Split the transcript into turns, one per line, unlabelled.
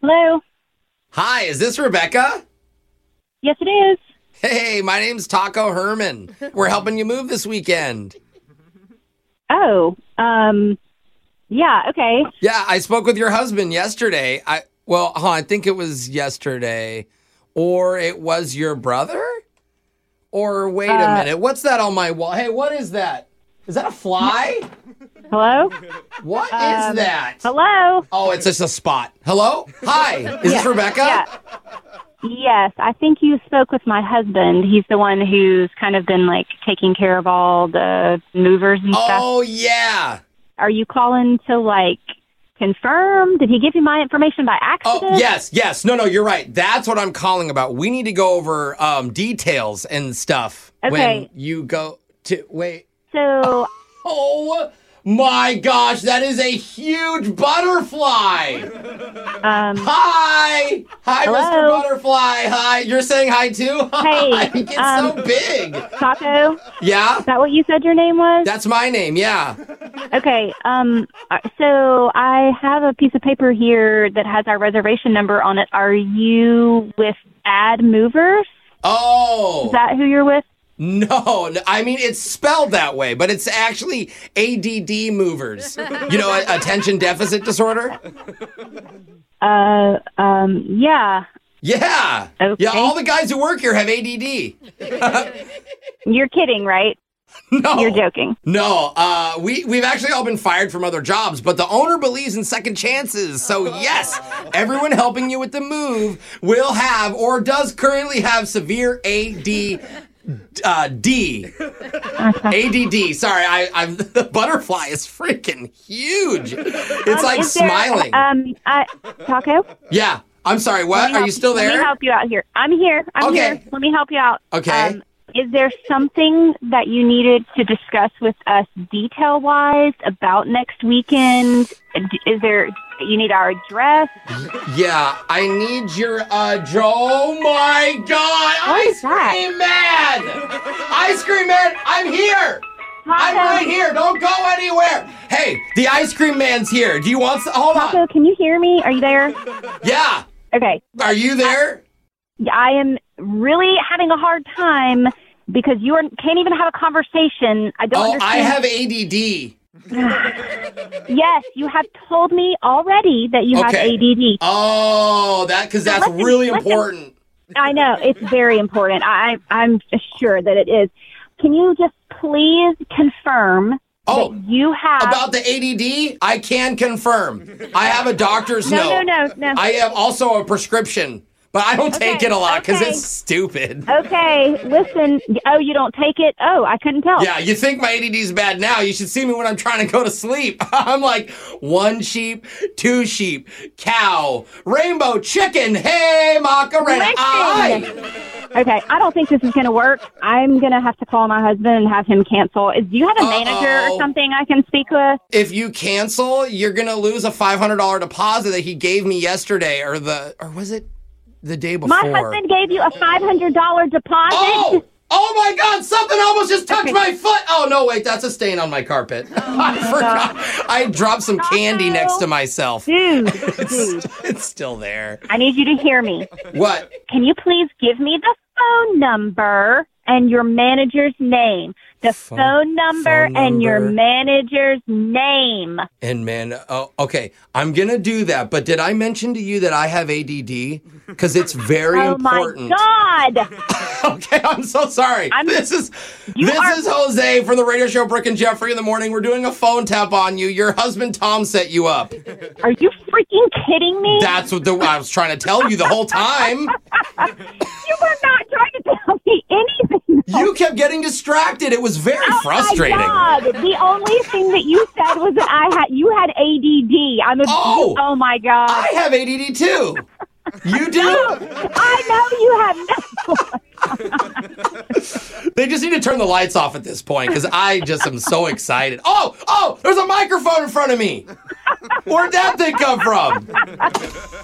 Hello.
Hi, is this Rebecca?
Yes, it is.
Hey, my name's Taco Herman. We're helping you move this weekend.
Oh, um, yeah, okay.
Yeah, I spoke with your husband yesterday. I well, huh, I think it was yesterday, or it was your brother. Or wait a
Uh,
minute, what's that on my wall? Hey, what is that? Is that a fly?
Hello?
What is that?
Um, Hello?
Oh, it's just a spot. Hello? Hi. Is this Rebecca?
Yeah. Yes, I think you spoke with my husband. He's the one who's kind of been like taking care of all the movers and stuff.
Oh yeah.
Are you calling to like confirm? Did he give you my information by accident?
Oh yes, yes. No, no, you're right. That's what I'm calling about. We need to go over um, details and stuff when
Okay.
you go to wait.
So,
Oh my gosh, that is a huge butterfly.
um,
Hi. Hi, Mr.
Hello?
Butterfly. Hi. You're saying hi too?
Hey,
it's so
um,
big.
Taco, is
Yeah?
that what you said your name was?
That's my name, yeah.
Okay, um, uh, so I have a piece of paper here that has our reservation number on it. Are you with Ad Movers?
Oh.
Is that who you're with?
No, no, I mean it's spelled that way, but it's actually ADD movers. You know, a- attention deficit disorder.
Uh, um, yeah.
Yeah,
Okay.
yeah. All the guys who work here have ADD.
You're kidding, right?
No,
You're joking.
no. Uh, we we've actually all been fired from other jobs, but the owner believes in second chances. So yes, everyone helping you with the move will have or does currently have severe AD. Uh, D. ADD. Sorry, I, I'm the butterfly is freaking huge. It's
Um,
like
is there-
smiling.
Um, I, Taco?
yeah. I'm sorry. What?
let me
Are
help-
you still
Let me
there?
help you out here. I'm here. I'm
Okay.
here. Let me help you out.
Okay.
Um, is there something that you needed to discuss with us detail wise about next weekend? D- Is there, you need our address?
Yeah. I need your uh dr- Oh my god! Ice
is that?
cream man! Ice cream man, I'm here! I'm
Taco?
right here. Don't go anywhere. Hey, the ice cream man's here. Do you want some? Hold on.
Taco, can you hear me? Are you there?
Yeah.
Okay.
Are you there?
I am really having a hard time because you are, can't even have a conversation. I don't
Oh, I
understand.
have ADD.
yes, you have told me already that you have
Okay.
ADD.
Oh, that because that's
listen,
really
listen.
important.
I know it's very important. I, I'm sure that it is. Can you just please confirm
Oh,
that you have?
About the ADD, I can confirm. I have a doctor's
no,
note.
no, no, no.
I have also a prescription, but I don't take
Okay,
it a lot because
okay.
it's stupid.
okay, listen. Oh, you don't take it. Oh, I couldn't tell.
Yeah, you think my ADD is bad now. You should see me when I'm trying to go to sleep. I'm like one sheep, two sheep, cow, rainbow chicken, hey, macarena.
Listen.
Aye.
Okay, I don't think this is going to work. I'm going to have to call my husband and have him cancel. Is, do you have a manager
Uh-oh.
or something I can speak with?
If you cancel, you're going to lose a $500 deposit that he gave me yesterday or the, or was it the day before?
My husband gave you a $500 deposit.
Oh! Oh my God! Something almost just touched my foot. Oh no! Wait, that's a stain on my carpet. I
Oh,
forgot. I dropped some candy next to myself.
Dude,
It's, it's still there.
I need you to hear me.
What?
Can you please give me the phone number and your manager's name? The
Phone-
phone, number
phone
and your
number.
manager's name.
And man, oh, okay. I'm gonna do that. But did I mention to you that I have ADD? Because it's very
Oh
important.
my God.
Okay, I'm so sorry.
I'm-
this is
You
this
are-
is Jose from the radio show Brooke and Jeffrey in the morning. We're doing a phone tap on you. Your husband Tom set you up.
Are you freaking kidding me?
That's what the, I was trying to tell you the whole time.
you were not trying to tell me anything.
You kept getting distracted. It was very frustrating.
My Oh God. The only thing that you said was that I had you had ADD. I'm a
Oh.
oh my god.
I have ADD too. You do?
I know you have no
They just need to turn the lights off at this point because I just am so excited. Oh, oh, there's a microphone in front of me. Where'd that thing come from?